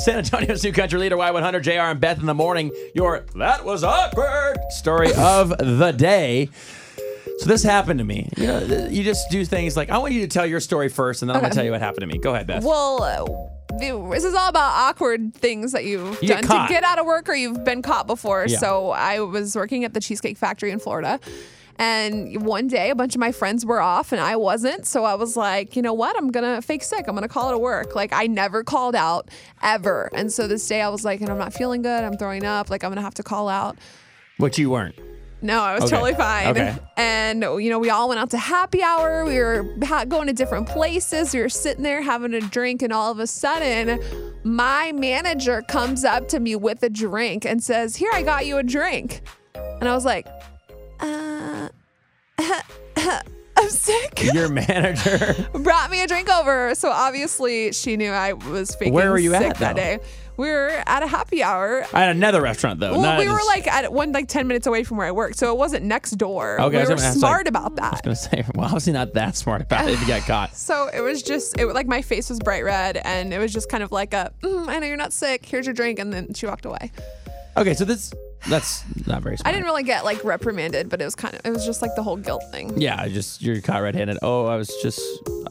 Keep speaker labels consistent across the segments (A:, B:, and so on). A: San Antonio's new country leader, Y100, JR and Beth in the morning. Your that was awkward story of the day. So this happened to me. You, know, th- you just do things like I want you to tell your story first, and then I'm gonna tell you what happened to me. Go ahead, Beth.
B: Well, uh, this is all about awkward things that you've
A: You get
B: done
A: caught.
B: to get out of work or you've been caught before.
A: Yeah.
B: So I was working at the Cheesecake Factory in Florida. And one day, a bunch of my friends were off and I wasn't. So I was like, you know what? I'm going to fake sick. I'm going to call it a work. Like, I never called out ever. And so this day, I was like, and I'm not feeling good. I'm throwing up. Like, I'm going to have to call out.
A: Which you weren't.
B: No, I was
A: Okay.
B: totally fine.
A: Okay.
B: And, you know, we all went out to happy hour. We were ha- going to different places. We were sitting there having a drink. And all of a sudden, my manager comes up to me with a drink and says, Here, I got you a drink. And I was like, uh, I'm sick.
A: Your manager.
B: Brought me a drink over. So obviously, she knew I was faking
A: Where were you
B: sick
A: at,
B: that
A: though?
B: day. We were at a happy hour
A: At another restaurant though.
B: well,
A: not
B: we were
A: just-
B: like at one like ten minutes away from where I worked, so it wasn't next door.
A: Okay, I
B: we
A: was
B: were
A: gonna ask,
B: smart
A: like-
B: about
A: I was
B: that.
A: gonna say, well, obviously not that smart about it if you got caught.
B: So it was just it like my face was bright red, and it was just kind of like a mm, I know you're not sick. Here's your drink, and then she walked away.
A: Okay, so this that's not very smart.
B: I didn't really get like reprimanded, but it was kind of it was just like the whole guilt thing.
A: Yeah, I just you're caught red-handed. Oh, I was just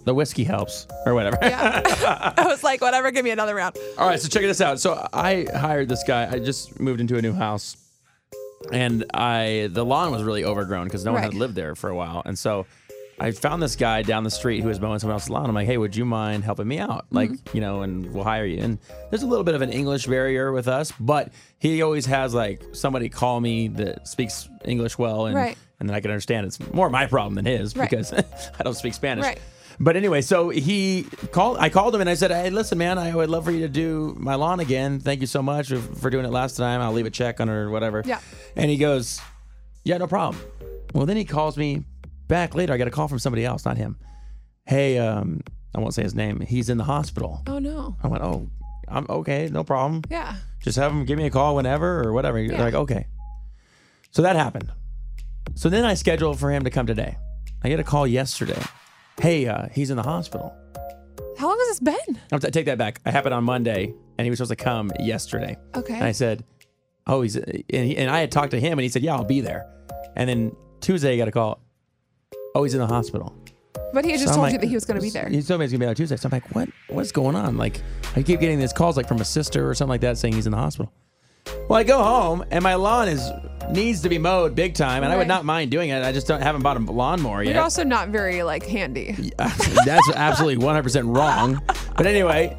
A: the whiskey helps or whatever.
B: I was like, whatever, give me another round.
A: All right, so check this out. So I hired this guy. I just moved into a new house, and I the lawn was really overgrown because no one
B: Right.
A: had lived there for a while, and so. I found this guy down the street who was mowing someone else's lawn. I'm like, hey, would you mind helping me out? Like,
B: Mm-hmm.
A: you know, and we'll hire you. And there's a little bit of an English barrier with us, but he always has like somebody call me that speaks English well, and
B: Right.
A: and then I can understand. It's more my problem than his
B: Right.
A: because I don't speak Spanish.
B: Right.
A: But anyway, so he called. I called him and I said, "Hey, listen, man, I would love for you to do my lawn again. Thank you so much for doing it last time. I'll leave a check on it or whatever."
B: Yeah.
A: And he goes, "Yeah, no problem." Well, then he calls me back later. I got a call from somebody else, not him. Hey, um, I won't say his name. He's in the hospital.
B: Oh no.
A: I went, "Oh, I'm okay. No problem.
B: Yeah.
A: Just have him give me a call whenever or whatever." You're
B: Yeah.
A: like, "Okay." So that happened. So then I scheduled for him to come today. I get a call yesterday. Hey, uh, he's in the hospital.
B: How long has this been?
A: I take that back. I happened on Monday, and he was supposed to come yesterday.
B: Okay.
A: And I said, "Oh, he's," and, he, and I had talked to him, and he said, "Yeah, I'll be there." And then Tuesday, I got a call. Oh, he's in the hospital.
B: But he had just
A: So I'm
B: told
A: like-
B: you that he was going to be there.
A: He told me he's gonna be there Tuesday. So I'm like, "What? What's going on?" Like, I keep getting these calls, like from a sister or something like that, saying he's in the hospital. Well, I go home, and my lawn is needs to be mowed big time, and I would
B: Right.
A: not mind doing it. I just don't haven't bought a lawnmower yet.
B: You're also not very like handy.
A: That's absolutely 100% wrong. But anyway,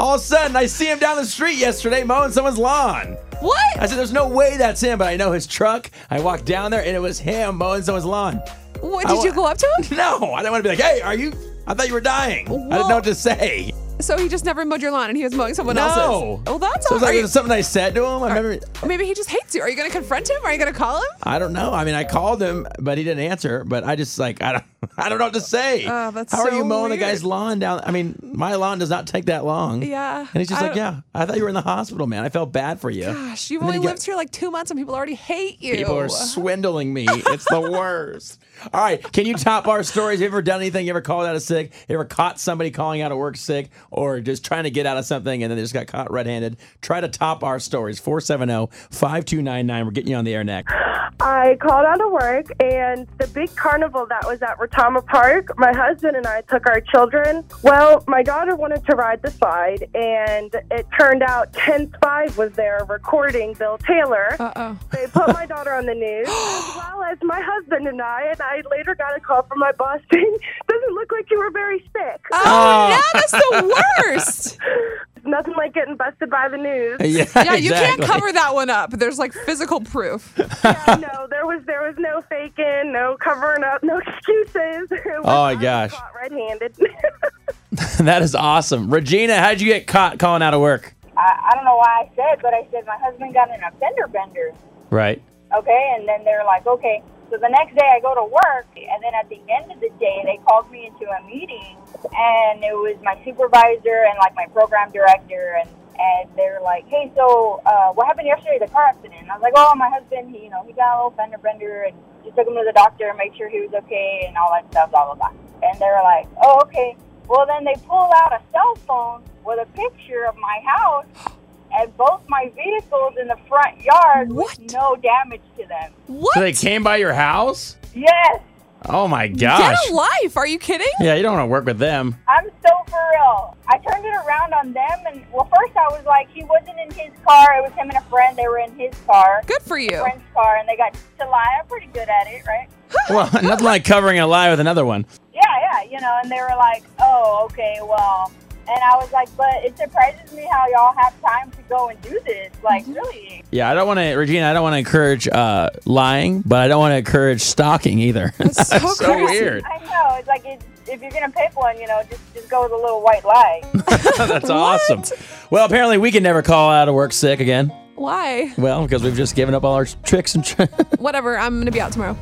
A: all of a sudden, I see him down the street yesterday mowing someone's lawn.
B: What?
A: I said, There's no way that's him, but I know his truck. I walked down there and it was him mowing someone's lawn.
B: what
A: I
B: did you
A: wa-
B: go up to him?
A: No, I didn't want to be like, Hey, are you? I thought you were dying. I didn't know what to say.
B: So he just never mowed your lawn, and he was mowing someone
A: No.
B: else's. Well, that's
A: so
B: all.
A: it's like
B: are
A: it
B: you-
A: was something I said to him. I remember.
B: Maybe he just hates you. Are you going to confront him? Are you going to call him?
A: I don't know. I mean, I called him, but he didn't answer. But I just like I don't, I don't know what to say.
B: Oh, that's
A: How are
B: so
A: you mowing
B: weird.
A: the guy's lawn down? I mean, my lawn does not take that long.
B: Yeah.
A: And he's just
B: I
A: like,
B: don't-
A: yeah, I thought you were in the hospital, man. I felt bad for you.
B: Gosh, you've
A: And then
B: only
A: he got-
B: lived here like two months, and people already hate you.
A: People are swindling me. It's the worst. All right, can you top our stories? You ever done anything? You ever called out a sick? You ever caught somebody calling out of work sick or just trying to get out of something and then they just got caught red handed? Try to top our stories. oh, 470 5299. We're getting you on the air next.
C: I called out of work, and the big carnival that was at Rotama Park, my husband and I took our children. Well, my daughter wanted to ride the slide, and it turned out Ken Spies was there recording Bill Taylor.
B: Uh-oh.
C: They put my daughter on the news, as well as my husband and I, and I later got a call from my boss saying, Doesn't look like you were very sick.
B: Oh,
A: Oh.
B: yeah, that's the worst.
C: Nothing like getting busted by the news.
A: Yeah,
B: Yeah, you can't
A: exactly.
B: cover that one up. There's like physical proof.
C: yeah, no, there was there was no faking, no covering up, no excuses. It was-
A: my
C: I was
A: gosh.
C: caught red-handed.
A: That is awesome. Regina, how'd you get caught calling out of work?
D: I, I don't know why I said, but I said my husband got in a fender bender.
A: Right.
D: Okay, and then they're like, okay. So the next day I go to work, and then at the end of the day they called me into a meeting, and it was my supervisor and like my program director, and and they're like, hey, so uh, what happened yesterday? The car accident. And I was like, oh, my husband, he you know he got a little fender bender, and just took him to the doctor and make sure he was okay and all that stuff, blah blah blah. And they're like, oh, okay. Well, then they pull out a cell phone with a picture of my house and both my vehicles in the front yard
B: What?
D: with no damage to them.
B: What?
A: So they came by your house?
D: Yes,
A: Oh my
B: Get
A: gosh.
B: a life. Are you kidding?
A: Yeah, you don't want to work with them.
D: I'm so for real. I turned it around on them, and well, first I was like, he wasn't in his car. It was him and a friend. They were in his car,
B: Good for you.
D: friend's car, and they got to lie. I'm pretty good at it, right?
A: Well, nothing like covering a lie with another one.
D: yeah, yeah, you know, and they were like, oh, okay, well. And I was like, but it surprises me how y'all have time to go and do this. Like,
B: Mm-hmm.
D: really?
A: Yeah, I don't want to, Regina. I don't want to encourage uh, lying, but I don't want to encourage stalking either.
B: That's so crazy.
A: weird.
D: I know. It's like, it, if you're going to pick one, you know, just, just go with a little white lie.
A: That's awesome. Well, apparently we can never call out of work sick again.
B: Why?
A: Well, because we've just given up all our tricks and. Tri-
B: Whatever. I'm going to be out tomorrow.